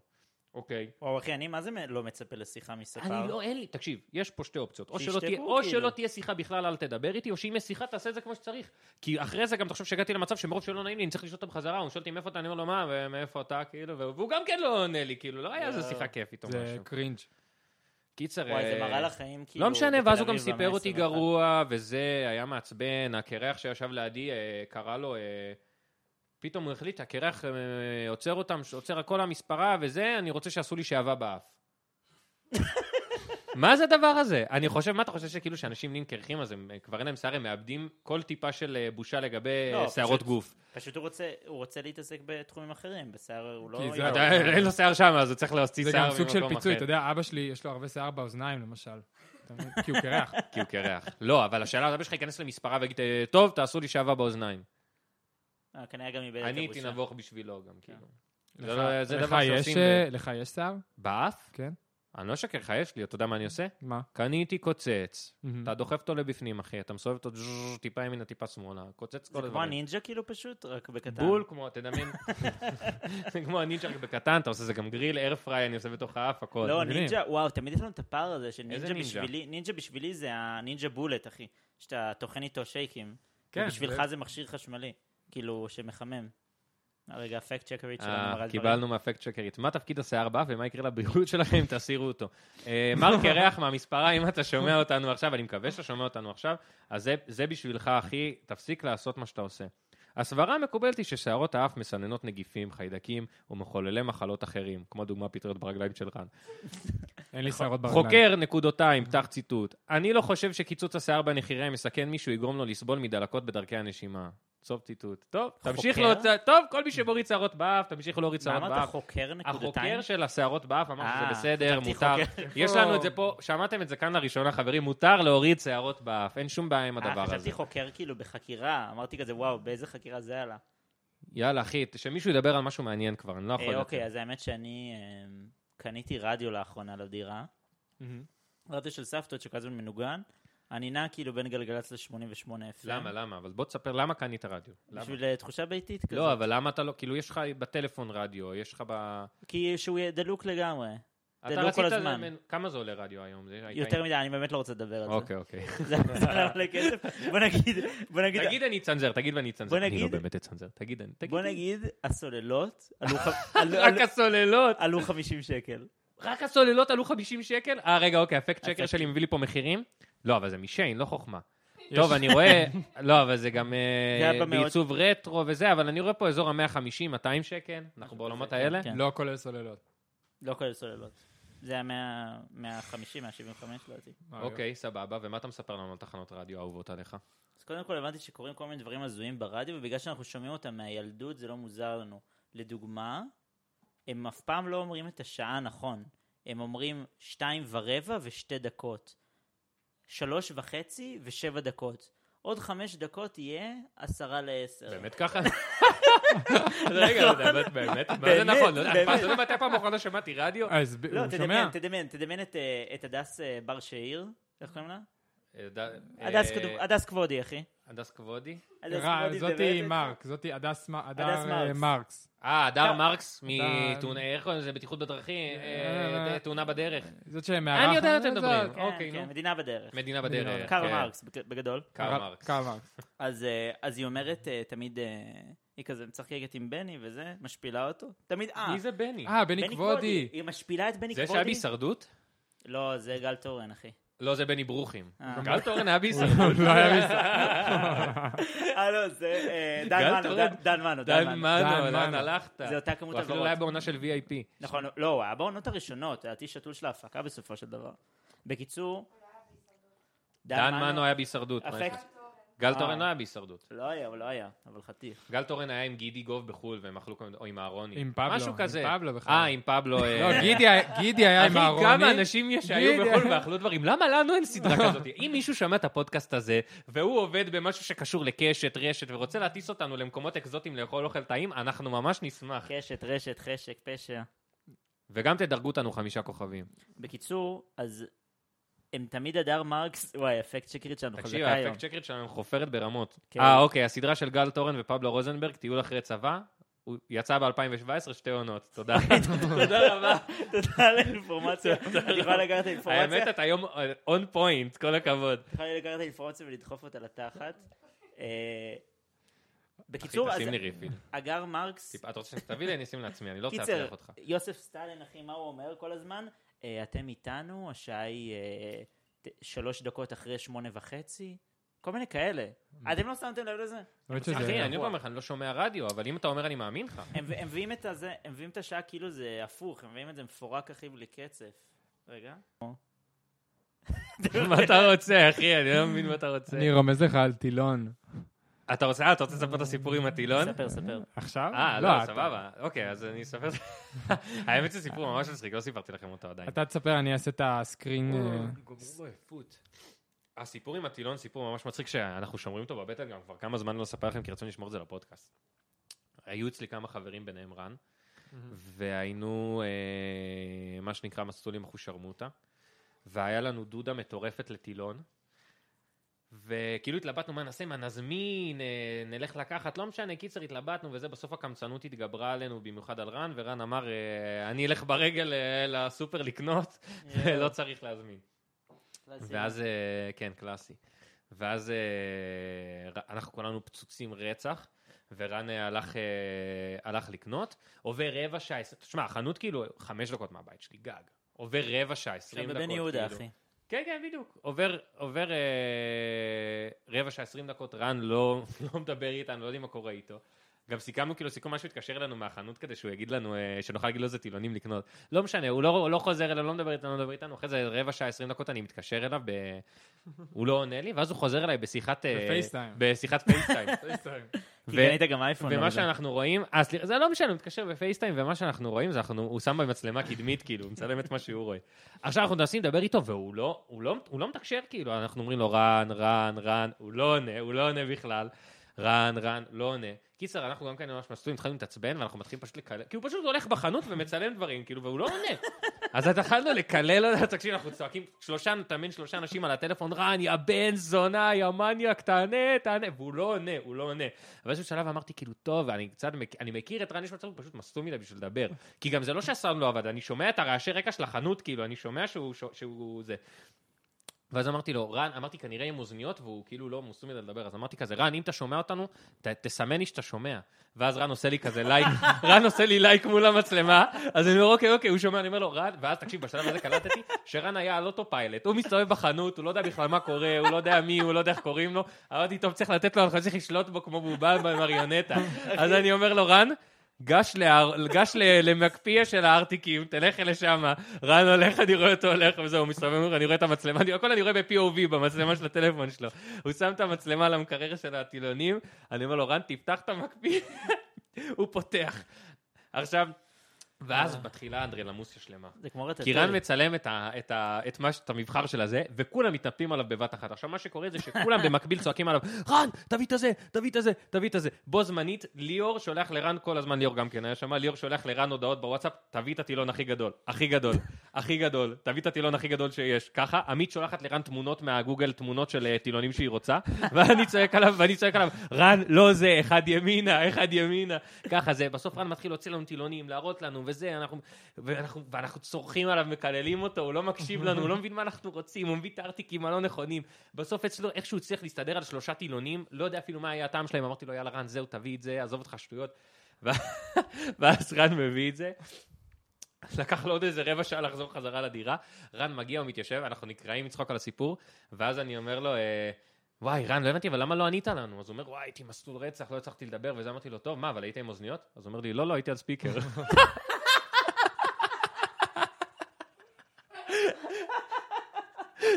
Speaker 2: אוקיי.
Speaker 3: וואו, אחי, אני מה זה מ- לא מצפה לשיחה מספר?
Speaker 2: אני לא, אין לי, תקשיב, יש פה שתי אופציות. או, שלא
Speaker 3: שישתקו,
Speaker 2: תהיה, או
Speaker 3: כאילו.
Speaker 2: שלא תהיה שיחה בכלל, אל תדבר איתי, או שאם יש שיחה, תעשה את זה כמו שצריך. כי אחרי זה גם תחשוב שהגעתי למצב שמרוב שלא נעים לי, אני צריך לשאול אותו בחזרה, הוא שואל אותי מאיפה אתה, אני אומר לו מה, ומאיפה אתה, כאילו, והוא גם כן לא עונה לי, כאילו, לא היה איזה
Speaker 3: לא.
Speaker 2: שיחה כיפית או
Speaker 1: זה
Speaker 2: משהו.
Speaker 1: קרינג'.
Speaker 2: קיצר,
Speaker 3: וואי, זה
Speaker 2: אה,
Speaker 3: מראה לחיים, כאילו...
Speaker 2: לא משנה,
Speaker 3: בתל
Speaker 2: ואז הוא
Speaker 3: אביב
Speaker 2: גם סיפר
Speaker 3: במאה
Speaker 2: אותי
Speaker 3: ה-עשרים ואחת.
Speaker 2: גרוע, וזה היה מעצבן, הקרח שישב לידי אה, קרא לו, אה, פתאום הוא החליט, הקרח אה, עוצר אותם, עוצר הכל המספרה וזה, אני רוצה שיעשו לי שעווה באף. מה זה הדבר הזה? אני חושב, מה אתה חושב שכאילו שאנשים נהיים קרחים, אז הם אה, כבר אין להם שיער, הם מאבדים כל טיפה של אה, בושה לגבי
Speaker 3: לא,
Speaker 2: אה, שערות
Speaker 3: פשוט-
Speaker 2: גוף.
Speaker 3: פשוט הוא רוצה- הוא רוצה להתעסק בתחומים אחרים, בשיער הוא לא...
Speaker 1: כי זה-
Speaker 3: יהיה-
Speaker 2: אתה- אין לו שיער שם, אז הוא צריך להוציא
Speaker 1: זה
Speaker 2: שיער
Speaker 1: גם
Speaker 2: ממקום אחר.
Speaker 1: סוג של פיצוי, אתה יודע, אבא שלי, יש לו הרבה שיער באוזניים, למשל. אתה מבין? כי הוא קרח.
Speaker 2: כי הוא קרח. לא, אבל השאלה, אבא שלך ייכנס למספרה ויגיד, אה, טוב, תעשו לי שעווה באוזניים.
Speaker 3: אה, כנראה גם איבד את
Speaker 2: אני
Speaker 3: הבושה. כן.
Speaker 2: הייתי נבוך בשבילו גם, כאילו. זה
Speaker 1: לך-
Speaker 2: לא- זה
Speaker 1: לך
Speaker 2: דבר
Speaker 1: יש,
Speaker 2: שעושים
Speaker 1: אה, לך יש שיער?
Speaker 2: באף?
Speaker 1: כן.
Speaker 2: אני לא אשקר לך, יש לי, אתה יודע מה אני עושה?
Speaker 1: מה?
Speaker 2: קניתי קוצץ.
Speaker 1: מהמם.
Speaker 2: אתה דוחף אותו לבפנים, אחי, אתה מסובב אותו ז'ז', טיפה ימינה, טיפה שמאלה, קוצץ
Speaker 3: זה
Speaker 2: כל
Speaker 3: כמו
Speaker 2: הדברים.
Speaker 3: הנינג'ה כאילו פשוט, רק בקטן.
Speaker 2: בול כמו, תדמיין. זה כמו הנינג'ה רק בקטן, אתה עושה זה גם גריל, איירפריי, אני עושה בתוך האף, הכל.
Speaker 3: לא,
Speaker 1: מבינים?
Speaker 3: נינג'ה, וואו, תמיד יש לנו את הפער הזה של
Speaker 2: איזה
Speaker 3: נינג'ה
Speaker 2: נינג'ה?
Speaker 3: בשבילי, נינג'ה בשבילי זה הנינג'ה בולט, אחי. שאתה טוחן איתו שייקים.
Speaker 1: כן,
Speaker 3: כן. בשבילך
Speaker 1: זה-
Speaker 3: זה מכשיר חשמלי, כאילו, שמחמם. רגע, הפקט צ'קרית שלנו מראה
Speaker 2: אה,
Speaker 3: דברים.
Speaker 2: קיבלנו מהפקט שקרית. מה תפקיד השיער באף ומה יקרה לבריאות שלכם אם תסירו אותו? אה, מר קרח מהמספרה, אם אתה שומע אותנו עכשיו, אני מקווה שאתה שומע אותנו עכשיו, אז זה- זה בשבילך, אחי, תפסיק לעשות מה שאתה עושה. הסברה המקובלת היא ששערות האף מסננות נגיפים, חיידקים ומחוללי מחלות אחרים, כמו דוגמה פטריות ברגליים של רן.
Speaker 1: אין לי שערות ברגליים.
Speaker 2: חוקר, נקודותיים, פתח ציטוט. אני לא חושב שקיצוץ השיער בנחיריים מסכן מישהו, יגרום לו לסבול מדלקות בדרכי הנשימה. סוף ציטוט. טוב, תמשיך
Speaker 3: חוקר?
Speaker 2: להוצא, טוב, כל מי שמוריד שערות באף, תמשיך להוריד שערות
Speaker 3: מה אמרת
Speaker 2: באף.
Speaker 3: חוקר נקודתיים?
Speaker 2: החוקר של השערות באף אמר שזה
Speaker 3: אה,
Speaker 2: בסדר,
Speaker 3: חשבתי
Speaker 2: מותר.
Speaker 3: חוקר.
Speaker 2: יש לנו את זה פה, שמעתם את זה כאן לראשונה, חברים, מותר להוריד שערות באף, אין שום בעיה עם
Speaker 3: אה,
Speaker 2: הדבר הזה.
Speaker 3: חשבתי חוקר כאילו בחקירה, אמרתי כזה, וואו, באיזה חקירה זה עלה.
Speaker 2: יאללה, אחי, שמישהו ידבר על משהו מעניין כבר, אני לא יכול...
Speaker 3: אה, אוקיי,
Speaker 2: לתת.
Speaker 3: אז האמת שאני אה, קניתי רדיו לאחרונה לדירה.
Speaker 1: מהמם.
Speaker 3: רדיו של סבתות שכל הזמן מנוגן. אני נע כאילו בין גלגלצ ל-88 FM.
Speaker 2: למה, למה? אבל בוא תספר למה קנית רדיו. למה?
Speaker 3: בשביל אה, תחושה ביתית כזאת.
Speaker 2: לא, אבל למה אתה לא... כאילו, יש לך בטלפון רדיו, יש לך ב...
Speaker 3: כי שהוא יהיה דלוק לגמרי.
Speaker 2: אתה
Speaker 3: לא כל
Speaker 2: רצית
Speaker 3: הזמן.
Speaker 2: למנ- כמה זה עולה רדיו היום? זה הייתה-
Speaker 3: יותר מדי, אני באמת לא רוצה לדבר על זה.
Speaker 2: אוקיי, אוקיי.
Speaker 3: זה זה לא עולה כסף. בוא נגיד, בוא נגיד,
Speaker 2: תגיד אני אצנזר, תגיד ואני אצנזר.
Speaker 3: בוא
Speaker 2: אני לא
Speaker 3: נגיד-
Speaker 2: באמת אצנזר, תגיד אני. תגיד,
Speaker 3: בוא
Speaker 2: תגיד.
Speaker 3: נגיד, הסוללות עלו ח- עלו-
Speaker 2: רק הסוללות,
Speaker 3: עלו 50 שקל.
Speaker 2: רק הסוללות עלו 50 שקל? אה, רגע, אוקיי, הפקט שקר
Speaker 3: הפקט.
Speaker 2: שלי מביא לי פה מחירים? לא, אבל זה משיין, לא חוכמה.
Speaker 1: יש-
Speaker 2: טוב, אני רואה, לא, אבל זה גם
Speaker 3: זה
Speaker 2: אה,
Speaker 3: היה במאות.
Speaker 2: בעיצוב רטרו וזה, אבל אני רואה פה אזור ה-150-200 שקל, אנחנו בעולמות
Speaker 3: כן,
Speaker 2: האלה.
Speaker 3: כן.
Speaker 1: לא כולל סוללות.
Speaker 3: לא כולל סוללות. זה היה 100, 150, 175 לדעתי.
Speaker 2: אוקיי, סבבה, ומה אתה מספר לנו על תחנות רדיו אהובות עליך?
Speaker 3: אז קודם כל הבנתי שקורים כל מיני דברים הזויים ברדיו, ובגלל שאנחנו שומעים אותם מהילדות זה לא מוזר לנו. לדוגמה, הם אף פעם לא אומרים את השעה הנכון. הם אומרים שתיים ורבע ושתי דקות. שלוש וחצי ושבע דקות. עוד חמש דקות יהיה עשרה לעשר.
Speaker 2: באמת ככה? רגע, באמת, באמת, מה זה
Speaker 3: נכון.
Speaker 2: נכון?
Speaker 3: באמת,
Speaker 2: לא,
Speaker 3: באמת.
Speaker 2: אתה יודע מתי פעם אחרונה שמעתי רדיו?
Speaker 1: אז ב-
Speaker 3: לא,
Speaker 1: הוא שומע?
Speaker 3: תדמיין, תדמיין, תדמיין את, אה, את הדס אה, בר שעיר, איך קוראים לה?
Speaker 2: אה, ד- אה,
Speaker 3: הדס כדו- הדס כבודי, אחי.
Speaker 2: הדס כבודי?
Speaker 3: הדס
Speaker 1: רע,
Speaker 3: כבודי
Speaker 1: זאתי
Speaker 3: מדברת.
Speaker 1: מרקס, זאתי הדס מ- הדר
Speaker 3: הדס
Speaker 1: אה,
Speaker 3: מרקס.
Speaker 1: מרקס.
Speaker 2: אה, הדר
Speaker 3: אתה-
Speaker 2: מרקס
Speaker 1: אתה-
Speaker 2: מתאונה, איך קוראים לזה? בטיחות בדרכים,
Speaker 1: אה,
Speaker 2: אה, תאונה בדרך.
Speaker 1: זאת אה, שמארחת.
Speaker 2: אני יודע על מה אתם
Speaker 1: זה-
Speaker 2: מדברים.
Speaker 3: כן,
Speaker 2: אוקיי,
Speaker 3: כן,
Speaker 2: נו.
Speaker 3: מדינה בדרך.
Speaker 2: מדינה
Speaker 1: מדינה
Speaker 2: בדרך.
Speaker 1: בדרך.
Speaker 3: קרל
Speaker 2: כן.
Speaker 3: מרקס, בג- בגדול.
Speaker 2: קרל מרקס.
Speaker 1: קרל מרקס.
Speaker 3: אז, אה, אז היא אומרת אה, תמיד, אה, היא כזה משחקת עם בני וזה, משפילה אותו. תמיד, אה,
Speaker 2: מי זה בני?
Speaker 1: אה, בני כבודי.
Speaker 3: היא משפילה את בני
Speaker 2: זה
Speaker 3: כבודי.
Speaker 2: שהיה בהישרדות?
Speaker 3: לא, זה גל תורן, אחי.
Speaker 2: לא, זה בני ברוכים.
Speaker 3: אה.
Speaker 2: גל תורן היה בהישרדות.
Speaker 1: לא היה מסע.
Speaker 3: אה, לא, זה אה,
Speaker 2: גל
Speaker 3: דן מנו,
Speaker 2: תורן?
Speaker 3: דן- דן מנו,
Speaker 2: דן מנו,
Speaker 1: דן
Speaker 2: לאן
Speaker 1: מנו.
Speaker 2: הלכת?
Speaker 3: זה אותה כמות
Speaker 2: הוא אפילו
Speaker 3: עבירות.
Speaker 2: לא היה בעונה של VIP.
Speaker 3: נכון, לא, הוא היה בעונות הראשונות, היה טיש שתול של ההפקה בסופו של דבר. בקיצור,
Speaker 2: דן מנו היה בהישרדות. מה יש
Speaker 3: אפקט-
Speaker 2: לך? גל
Speaker 3: אה.
Speaker 2: תורן לא היה בהישרדות.
Speaker 3: לא היה, הוא לא היה, אבל חתיך.
Speaker 2: גל תורן היה עם גידי גוב בחו"ל, והם אכלו כל מיני, או עם אהרוני.
Speaker 1: עם פבלו,
Speaker 2: משהו
Speaker 1: עם
Speaker 2: כזה.
Speaker 1: פבלו בכלל.
Speaker 2: אה, עם פבלו. אה,
Speaker 1: לא, גידי היה- גידי היה עם
Speaker 2: אחי,
Speaker 1: אהרוני.
Speaker 2: כמה אנשים יש שהיו
Speaker 1: גידי.
Speaker 2: בחו"ל ואכלו דברים. למה לנו אין סדרה כזאת? אם מישהו שמע את הפודקאסט הזה, והוא עובד במשהו שקשור לקשת, רשת, ורוצה להטיס אותנו למקומות אקזוטיים לאכול אוכל טעים, אנחנו ממש נשמח.
Speaker 3: קשת, רשת, חשק, פשע.
Speaker 2: וגם תדרגו אותנו חמישה כוכבים.
Speaker 3: בקיצור, אז הם תמיד הדר מרקס, וואי, אפקט שקרית שלנו
Speaker 2: תקשיב,
Speaker 3: חזקה היום.
Speaker 2: האפקט צ'קרית שלנו חופרת ברמות.
Speaker 3: כן.
Speaker 2: אה, אוקיי, הסדרה של גל תורן ופבלו רוזנברג, טיול אחרי צבא, הוא יצא ב-2017, שתי עונות. תודה. תודה רבה.
Speaker 3: תודה על האינפורמציה. אני יכולה לגעת את האינפורמציה?
Speaker 2: האמת, אתה היום און פוינט, כל הכבוד.
Speaker 3: יכולה לגעת את האינפורמציה ולדחוף אותה לתחת. אה, בקיצור,
Speaker 2: אחי,
Speaker 3: אז
Speaker 2: תשים לי ריפיל.
Speaker 3: הגר מרקס,
Speaker 2: טיפה, אתה רוצה שתביא לי, אני אשים לעצמי, אני לא רוצה
Speaker 3: קיצר,
Speaker 2: להצליח אותך.
Speaker 3: יוסף סטלין, אחי, מה הוא אומר כל הזמן? אה, אתם איתנו, השעה היא אה, ת- שלוש דקות אחרי שמונה וחצי, כל מיני כאלה. אתם לא שמתם לב לזה?
Speaker 1: האמת שזה-
Speaker 2: אחי, אני
Speaker 3: אירוע.
Speaker 2: עוד פעם אומר לך, אני לא שומע רדיו, אבל אם אתה אומר, אני מאמין לך.
Speaker 3: הם הם מביאים את הזה, הם מביאים את השעה כאילו זה הפוך, הם מביאים את זה מפורק, אחי, בלי קצף. רגע.
Speaker 2: מה אתה רוצה, אחי? אני לא מבין מה אתה רוצה.
Speaker 1: אני רומז לך על טילון.
Speaker 2: אתה רוצה, אה, אתה רוצה לספר את הסיפור עם הטילון?
Speaker 3: ספר, ספר.
Speaker 1: עכשיו?
Speaker 2: אה, לא,
Speaker 1: אתה-
Speaker 2: סבבה. אוקיי, אז אני אספר. האמת זה סיפור ממש מצחיק, לא סיפרתי לכם אותו עדיין.
Speaker 1: אתה תספר, אני אעשה את הסקרין. אה,
Speaker 2: הסיפור עם הטילון, סיפור ממש מצחיק, שאנחנו שומרים אותו בבטן גם כבר כמה זמן לא אספר לכם, כי רצינו לשמור את זה לפודקאסט. היו אצלי כמה חברים, ביניהם רן, והיינו, אה, מה שנקרא, מסלולים אחושרמוטה, והיה לנו דודה מטורפת לטילון, וכאילו התלבטנו מה נעשה, מה נזמין, אה, נלך לקחת, לא משנה, קיצר התלבטנו וזה, בסוף הקמצנות התגברה עלינו, במיוחד על רן, ורן אמר, אה, אני אלך ברגל אה, לסופר לקנות,
Speaker 3: אה,
Speaker 2: לא צריך להזמין. ואז, אה, כן, קלאסי. ואז אה, ר- אנחנו כולנו פצוצים רצח, ורן אה, הלך, אה, הלך לקנות, עובר רבע שעה, עשר- תשמע, החנות כאילו חמש דקות מהבית שלי, גג. עובר רבע שעה, עשרים דקות.
Speaker 3: בבן יהודה,
Speaker 2: כאילו.
Speaker 3: אחי.
Speaker 2: כן, כן, בדיוק. עובר, עובר אה, רבע שעה, עשרים דקות, רן לא, לא מדבר איתנו, לא יודעים מה קורה איתו. גם סיכמנו, כאילו, סיכום משהו התקשר אלינו מהחנות כדי שהוא יגיד לנו, אה, שנוכל להגיד לו איזה טילונים לקנות. לא משנה, הוא לא, הוא לא חוזר אלינו, לא מדבר איתנו, לא מדבר איתנו, אחרי זה רבע שעה, עשרים דקות אני מתקשר אליו, ב... הוא לא עונה לי, ואז הוא חוזר אליי בשיחת... אה,
Speaker 1: בפייסטיים.
Speaker 2: בשיחת פייסטיים.
Speaker 3: כי
Speaker 2: ו-
Speaker 3: קנית גם אייפון. לא
Speaker 2: ומה
Speaker 3: זה.
Speaker 2: שאנחנו רואים, אה, סליחה, זה לא משנה, הוא מתקשר בפייסטיים, ומה שאנחנו רואים זה אנחנו, הוא שם במצלמה קדמית, כאילו, הוא מצלם את מה שהוא רואה. עכשיו אנחנו מנסים לדבר איתו, והוא לא, הוא לא, הוא לא מתקשר, כאילו, אנחנו אומרים לו, רן, רן, רן, הוא לא עונה, הוא לא עונה בכלל. רן, רן, לא עונה. קיצר, אנחנו גם כן ממש מסטויים, התחלנו להתעצבן, ואנחנו מתחילים פשוט לקלל, כאילו, הוא פשוט הולך בחנות ומצלם דברים, כאילו, והוא לא עונה. אז התחלנו לקלל, עליו, תקשיב, אנחנו צועקים, שלושה, תאמין, שלושה אנשים על הטלפון, רן, יא בן זונה, יא מניאק, תענה, תענה, והוא לא עונה, הוא לא עונה. אבל באיזשהו שלב אמרתי, כאילו, טוב, אני קצת, מכ- אני מכיר את רן, יש מצב, הוא פשוט מסטוי מדי בשביל לדבר. כי גם זה לא שהסאונד לא עבד, אני שומע את הרעשי רקע של החנות, כאילו, אני שומע שהוא, שהוא, שהוא זה. ואז אמרתי לו, רן, אמרתי כנראה עם אוזניות, והוא כאילו לא מוסו מדי לדבר, אז אמרתי כזה, רן, אם אתה שומע אותנו, ת, תסמן לי שאתה שומע. ואז רן עושה לי כזה לייק, רן עושה לי לייק מול המצלמה, אז אני אומר, אוקיי, אוקיי, הוא שומע, אני אומר לו, רן, ואז תקשיב, בשלב הזה קלטתי שרן היה על אוטופיילוט, הוא מסתובב בחנות, הוא לא יודע בכלל מה קורה, הוא לא יודע מי, הוא לא יודע איך קוראים לו, אמרתי, טוב, צריך לתת לו, אני צריך לשלוט בו כמו בובה במריונטה. אז אני אומר לו, רן, גש, להר, גש ל, למקפיא של הארטיקים, תלך לשם, רן הולך, אני רואה אותו הולך, וזהו, הוא מסתובב, אני רואה את המצלמה, אני, הכל אני רואה ב-POV, במצלמה של הטלפון שלו. הוא שם את המצלמה על המקרר של הטילונים, אני אומר לו, רן, תפתח את המקפיא, הוא פותח. עכשיו, ואז מתחילה אנדרלמוסיה שלמה.
Speaker 3: זה כמו רטטוי.
Speaker 2: כי רן מצלם את, ה, את, ה, את, מה, ש- את המבחר של הזה, וכולם מתנפלים עליו בבת אחת. עכשיו, מה שקורה זה שכולם במקביל צועקים עליו, רן, תביא את הזה, תביא את הזה, תביא את הזה. בו זמנית, ליאור שולח לרן כל הזמן, ליאור גם כן היה שם, ליאור שולח לרן הודעות בוואטסאפ, תביא את הטילון הכי גדול, הכי גדול, הכי גדול, תביא את הטילון הכי גדול שיש. ככה, עמית שולחת לרן תמונות מהגוגל, תמונות של אה, טילונים שהיא רוצה, ואני צועק עליו, ואני צועק עליו, רן, לא זה, אחד ימינה, אחד ימינה. ככה זה, בסוף רן מתחיל להוציא לנו טילונים, להראות לנו, וזה, אנחנו, ואנחנו, ואנחנו צורכים עליו, מקללים אותו, הוא לא מקשיב לנו, הוא לא מבין מה אנחנו רוצים, הוא מביא את הארטיקים הלא נכונים. בסוף אצלו, איך שהוא הצליח להסתדר על שלושה טילונים, לא יודע אפילו מה היה הטעם שלהם, אמרתי לו, יאללה רן, זהו, תביא את זה, עזוב אותך שטויות. ו- ואז רן מביא את זה. לקח לו עוד איזה רבע שעה לחזור חזרה לדירה, רן מגיע, הוא מתיישב, אנחנו נקרעים מצחוק על הסיפור, ואז אני אומר לו, אה, וואי, רן, לא הבנתי, אבל למה לא ענית לנו? אז הוא אומר, וואי, הייתי מסלול רצח, לא הצלחתי לדבר, ואז אמרתי לו, טוב, מה, אבל היית עם אוזניות? אז הוא אומר לי, לא, לא, הייתי על ספיקר.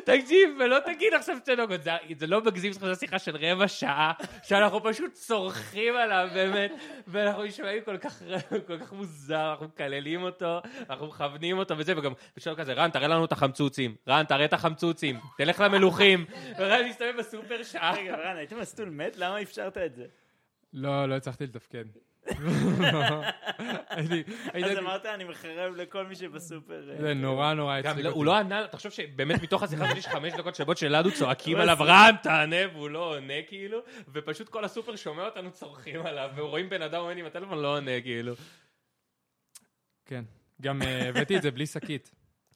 Speaker 2: תקשיב, ולא תגיד עכשיו צנוגות, זה, זה לא מגזים, זו שיחה של רבע שעה, שאנחנו פשוט צורכים עליו, באמת, ואנחנו נשמעים כל כך, רע, כל כך מוזר, אנחנו מקללים אותו, אנחנו מכוונים אותו וזה, וגם, ושואל כזה, רן, תראה לנו את החמצוצים, רן, תראה את החמצוצים, תלך למלוכים, ורן מסתובב בסופר שעה.
Speaker 3: רגע, רן, היית מסטול מת? למה אפשרת את זה?
Speaker 1: לא, לא הצלחתי לתפקד. הייתי- הייתי-
Speaker 3: אז אמרת, אני מחרב לכל מי שבסופר. אה,
Speaker 1: זה נורא נורא
Speaker 2: גם
Speaker 1: הצחיק
Speaker 2: לא- לא,
Speaker 1: אותי.
Speaker 2: הוא לא ענה, תחשוב שבאמת מתוך השיחה הזאת יש חמש דקות שבועות שלנו
Speaker 1: לא,
Speaker 2: צועקים עליו, רן, תענה, והוא לא עונה כאילו, ופשוט כל הסופר שומע אותנו צורכים עליו, ורואים בן אדם עומד עם הטלפון, לא עונה כאילו.
Speaker 1: כן. גם אה, הבאתי את זה בלי שקית.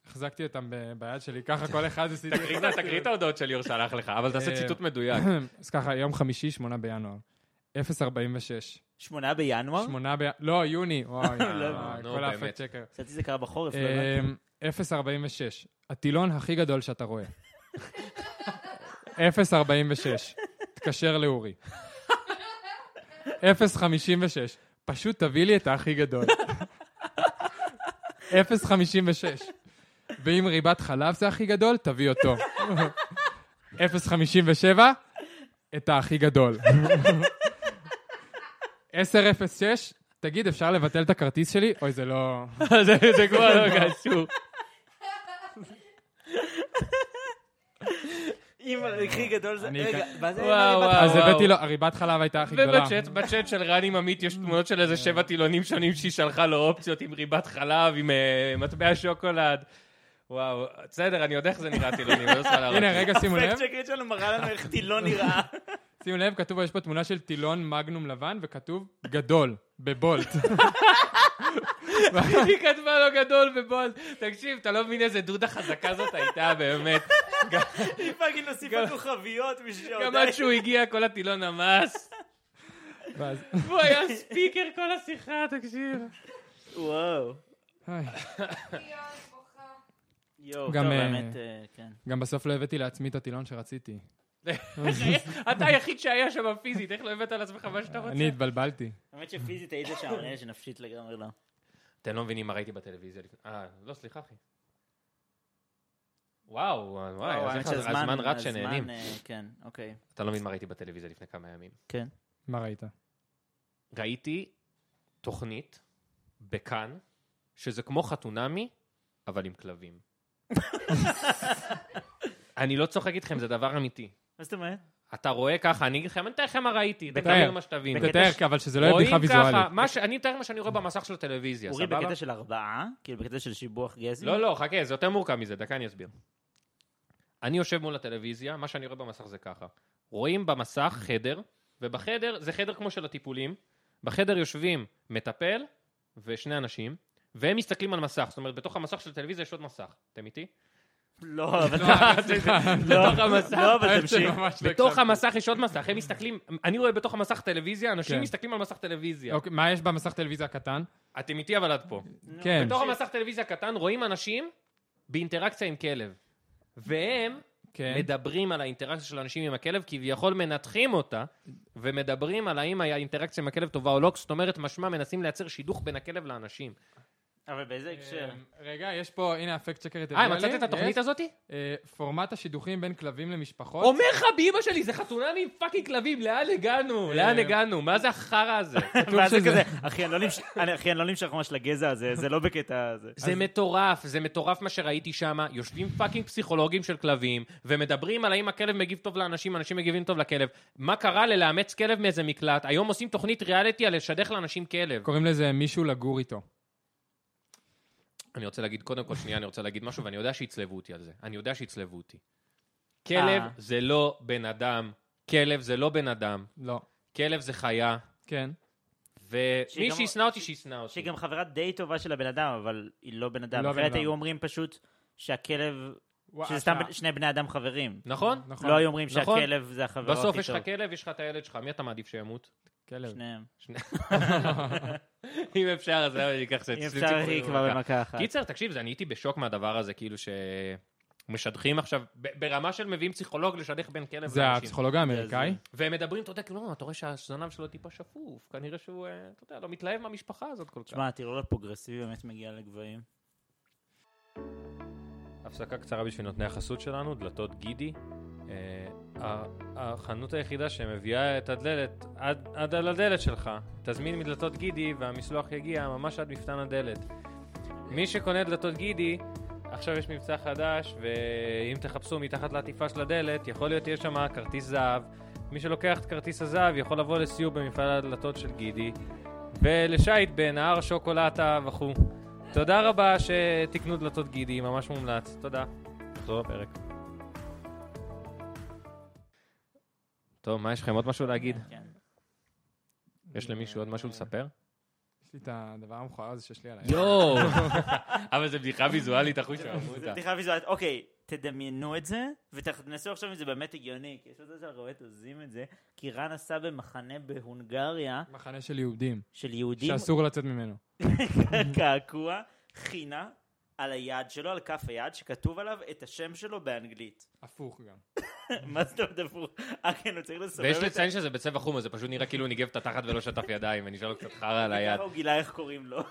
Speaker 1: החזקתי אותם ב- ביד שלי, ככה כל אחד עשיתי...
Speaker 2: תקריא- תקריא את ההודעות שליאור שלח לך, אבל תעשה
Speaker 1: לא- אה,
Speaker 2: ציטוט מדויק.
Speaker 1: אז ככה, יום חמישי, 8 בינואר. 046.
Speaker 3: שמונה בינואר?
Speaker 1: 8 בינואר... לא, יוני. וואי, וואי,
Speaker 2: נו,
Speaker 1: כל
Speaker 2: לא, באמת.
Speaker 1: האפקט שקר.
Speaker 3: חשבתי שזה קרה בחורף,
Speaker 2: אה,
Speaker 3: לא הבנתי.
Speaker 1: אמ, 046, הטילון הכי גדול שאתה רואה. 046, תתקשר לאורי. 056, פשוט תביא לי את הכי גדול. 056, ואם ריבת חלב זה הכי גדול, תביא אותו. 057, את הכי גדול. 1006, תגיד, אפשר לבטל את הכרטיס שלי? אוי, זה לא...
Speaker 2: זה זה כבר לא קשור.
Speaker 3: אם הכי גדול זה...
Speaker 1: אני
Speaker 3: רגע,
Speaker 1: אקח-
Speaker 3: מה זה...
Speaker 2: וואו, אה, וואו.
Speaker 1: לא- אז הבאתי לו, הריבת חלב הייתה הכי גדולה.
Speaker 2: ובצ'אט, בצ'אט של רן עם עמית יש תמונות של איזה שבע טילונים שונים שהיא שלחה לו אופציות עם ריבת חלב, עם אה, מטבע שוקולד. וואו, בסדר, אני יודע איך זה נראה טילונים, אני לא צריכה להראות.
Speaker 1: הנה, רגע, שימו לב,
Speaker 3: הפקט שקרית שלנו מראה לנו איך טילון נראה.
Speaker 1: שימו לב, כתוב, יש פה תמונה של טילון מגנום לבן, וכתוב גדול, בבולט.
Speaker 2: היא כתבה לו גדול ובועז, תקשיב, אתה לא מבין איזה דודה חזקה זאת הייתה באמת. גם-
Speaker 3: היא פאקינג הוסיפה כוכביות בשביל
Speaker 2: גם
Speaker 3: שהודעה...
Speaker 2: עד שהוא הגיע, כל הטילון נמס.
Speaker 1: ואז...
Speaker 2: והוא היה ספיקר כל השיחה, תקשיב.
Speaker 3: וואו.
Speaker 1: איי.
Speaker 3: יואו,
Speaker 1: גם,
Speaker 3: טוב,
Speaker 1: אה,
Speaker 3: באמת, אה, כן.
Speaker 1: גם בסוף לא הבאתי לעצמי את הטילון שרציתי.
Speaker 2: אתה היחיד שהיה שם פיזית, איך לא הבאת על עצמך מה שאתה רוצה?
Speaker 1: אני התבלבלתי.
Speaker 3: האמת שפיזית היית שם, אבל נראה לי שנפשית לגמרי לא.
Speaker 2: אתם לא מבינים מה ראיתי בטלוויזיה לפני... אה, לא, סליחה, אחי. וואו, וואי, אז
Speaker 3: וואו,
Speaker 2: איך
Speaker 3: האמת שהזמן-
Speaker 2: הזמן רץ
Speaker 3: הזמן,
Speaker 2: שנהנים.
Speaker 3: אה, כן, אוקיי.
Speaker 2: אתה לא מבין מה ראיתי בטלוויזיה לפני כמה ימים.
Speaker 3: כן.
Speaker 1: מה ראית?
Speaker 2: ראיתי תוכנית בכאן, שזה כמו חתונמי, אבל עם כלבים. אני לא צוחק איתכם, זה דבר אמיתי.
Speaker 3: מה זאת אומרת?
Speaker 2: אתה רואה ככה, אני אגיד לכם, אני אתאר לכם מה ראיתי,
Speaker 1: בתאר.
Speaker 2: תקבל מה שתבינו.
Speaker 1: תתאר, אבל שזה לא יהיה
Speaker 2: רואים
Speaker 1: בדיחה ויזואלית.
Speaker 2: ככה, מה ש- אני אתאר מה שאני רואה במסך של הטלוויזיה,
Speaker 3: אורי
Speaker 2: סבבה?
Speaker 3: בקטע של ארבעה, כאילו בקטע של שיבוח גזי.
Speaker 2: לא, לא, חכה, זה יותר מורכב מזה, דקה אני אסביר. אני יושב מול הטלוויזיה, מה שאני רואה במסך זה ככה. רואים במסך חדר, ובחדר, זה חדר כמו של הטיפולים, בחדר יושבים מטפל ושני אנשים, והם מסתכלים על מסך, זאת אומרת, בתוך המסך של הטלוויזיה יש עוד מסך. אתם איתי?
Speaker 3: לא, אבל...
Speaker 2: בתוך המסך.
Speaker 3: לא, אבל תמשיך.
Speaker 2: בתוך המסך יש עוד מסך, הם מסתכלים, אני רואה בתוך המסך טלוויזיה, אנשים
Speaker 1: כן.
Speaker 2: מסתכלים על מסך טלוויזיה.
Speaker 1: אוקיי, מה יש במסך טלוויזיה הקטן?
Speaker 2: אתם איתי אבל עד פה.
Speaker 1: כן.
Speaker 2: בתוך המסך טלוויזיה הקטן רואים אנשים באינטראקציה עם כלב. והם
Speaker 1: כן.
Speaker 2: מדברים על האינטראקציה של אנשים עם הכלב, כביכול מנתחים אותה, ומדברים על האם האינטראקציה עם הכלב טובה או לא, זאת אומרת, משמע מנסים לייצר שידוך בין הכלב לאנשים.
Speaker 3: אבל באיזה הקשר?
Speaker 1: אמ, רגע, יש פה, הנה הפקט שקר את
Speaker 2: אה, מצאת את התוכנית הזאת?
Speaker 1: אה, פורמט השידוכים בין כלבים למשפחות.
Speaker 2: אומר לך באמא שלי, זה חתונה עם פאקינג כלבים, לאן הגענו? לאן
Speaker 1: אה.
Speaker 2: הגענו? מה זה החרא הזה?
Speaker 3: ואז זה
Speaker 1: שזה-
Speaker 3: כזה, אחי, אני לא נמש- אני- אחי, אני לא נמשך ממש לגזע הזה, זה לא בקטע הזה.
Speaker 2: זה מטורף, זה מטורף מה שראיתי שם. יושבים פאקינג פסיכולוגים של כלבים, ומדברים על האם הכלב מגיב טוב לאנשים, אנשים מגיבים טוב לכלב. מה קרה ללאמץ כלב מאיזה מקלט? היום עושים תוכנית ריאליטי על לשדך לאנשים כלב.
Speaker 1: קוראים לזה מישהו לגור איתו.
Speaker 2: אני רוצה להגיד, קודם כל, שנייה, אני רוצה להגיד משהו, ואני יודע שיצלבו אותי על זה. אני יודע שיצלבו אותי. כלב
Speaker 3: אה.
Speaker 2: זה לא בן אדם. כלב זה לא בן אדם.
Speaker 1: לא.
Speaker 2: כלב זה חיה.
Speaker 1: כן.
Speaker 2: ומי
Speaker 3: שגם-
Speaker 2: שישנא אותי, שישנא אותי.
Speaker 3: שהיא גם חברה די טובה של הבן אדם, אבל היא לא בן אדם.
Speaker 1: לא בן
Speaker 3: אחרת
Speaker 1: אדם.
Speaker 3: היו אומרים פשוט שהכלב,
Speaker 1: וואו,
Speaker 3: שזה סתם
Speaker 1: אתה-
Speaker 3: בן- שני בני אדם חברים.
Speaker 2: אה. נכון?
Speaker 1: נכון.
Speaker 3: לא היו אומרים
Speaker 2: נכון.
Speaker 3: שהכלב זה החבר הכי טוב.
Speaker 2: בסוף יש לך כלב, יש לך את הילד שלך, מי אתה מעדיף שימות?
Speaker 1: כלב.
Speaker 3: שניהם.
Speaker 2: אם אפשר, אז למה אני אקח את זה?
Speaker 3: אם אפשר, אחי, כבר במכה אחת.
Speaker 2: קיצר, תקשיב, זה- אני הייתי בשוק מהדבר הזה, כאילו ש... משדכים עכשיו, ב- ברמה של מביאים פסיכולוג לשדך בין כלב
Speaker 1: זה
Speaker 2: לאנשים.
Speaker 1: הפסיכולוג האמריקאי.
Speaker 2: והם מדברים, אתה יודע, כאילו, "לא, אתה רואה שהזנב שלו טיפה שפוף, כנראה שהוא, אה, אתה יודע, לא מתלהב מהמשפחה הזאת כל כך.
Speaker 3: תשמע, הטרלול הפרוגרסיבי באמת מגיע לגבהים.
Speaker 2: הפסקה קצרה בשביל נותני החסות שלנו, דלתות גידי. אה, ה- החנות היחידה שמביאה את הדלת עד, עד על הדלת שלך. תזמין מדלתות גידי והמשלוח יגיע ממש עד מפתן הדלת. מי שקונה דלתות גידי, עכשיו יש מבצע חדש, ואם תחפשו מתחת לעטיפה של הדלת, יכול להיות יש שם כרטיס זהב. מי שלוקח את כרטיס הזהב יכול לבוא לסיור במפעל הדלתות של גידי, ולשייט בנהר שוקולטה וכו'. תודה רבה שתקנו דלתות גידי, ממש מומלץ. תודה. נחזור לפרק. טוב, מה, יש לכם עוד משהו להגיד?
Speaker 3: כן.
Speaker 2: יש למישהו עוד משהו לספר?
Speaker 1: יש לי את הדבר המכוער הזה שיש לי עליי.
Speaker 2: יואו! אבל זו בדיחה ויזואלית, אחוי שאהבו
Speaker 3: כן, זה בדיחה ויזואלית. אוקיי, תדמיינו את זה, ותנסו עכשיו אם זה באמת הגיוני, כי יש עוד איזה רואות עוזים את זה, כי רן עשה במחנה בהונגריה
Speaker 1: מחנה של יהודים.
Speaker 3: של יהודים
Speaker 1: שאסור לצאת ממנו.
Speaker 3: קעקוע חינה על היד שלו, על כף היד, שכתוב עליו את השם שלו באנגלית.
Speaker 1: הפוך גם.
Speaker 3: מה זאת אומרת דבור? אה כן, הוא צריך לסבב
Speaker 2: ויש
Speaker 3: את
Speaker 2: לציין שזה בצבע חום, אז זה פשוט נראה כאילו הוא ניגב את התחת ולא שטף ידיים, ונשאר לו קצת חרא על היד.
Speaker 3: ככה הוא גילה איך קוראים לו.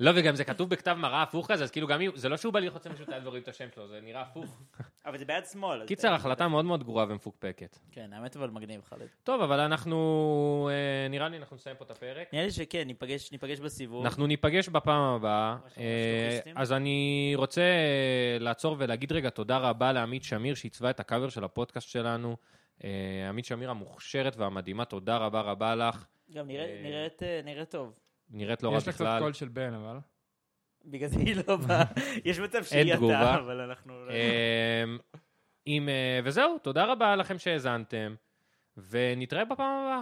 Speaker 2: לא, וגם זה כתוב בכתב מראה הפוך כזה, אז כאילו גם אם... זה לא שהוא בא ללחוץ למישהו את היד ורואים את השם שלו, זה נראה הפוך.
Speaker 3: אבל זה ביד שמאל. אז-
Speaker 2: קיצר, החלטה מאוד מאוד גרועה ומפוקפקת.
Speaker 3: כן, האמת אבל מגניב חלק.
Speaker 2: טוב, אבל אנחנו... אה, נראה לי אנחנו נסיים פה את הפרק.
Speaker 3: נראה לי שכן, ניפגש ניפגש בסיבוב.
Speaker 2: אנחנו ניפגש בפעם הבאה.
Speaker 3: ממש
Speaker 2: אה,
Speaker 3: סופיסטים.
Speaker 2: אז אני רוצה אה, לעצור ולהגיד רגע תודה רבה לעמית שמיר שעיצבה את הקאבר של הפודקאסט שלנו. אה, עמית שמיר המוכשרת והמדהימה, תודה רבה רבה לך.
Speaker 3: גם נראה-
Speaker 2: אה,
Speaker 3: נראית, אה, נראית טוב.
Speaker 2: נראית לא רע
Speaker 1: יש לך קצת
Speaker 2: בכלל.
Speaker 1: קול של בן, אבל.
Speaker 3: בגלל זה היא לא באה. יש מצב שהיא
Speaker 2: תגובה.
Speaker 3: אתה, אבל אנחנו... לא-
Speaker 2: אה, עם, אה, וזהו, תודה רבה לכם שהאזנתם, ונתראה בפעם הבאה.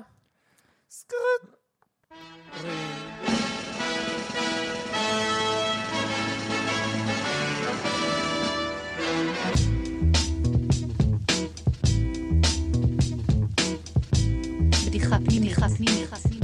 Speaker 4: בדיחה פנימית, בדיחה פנימית,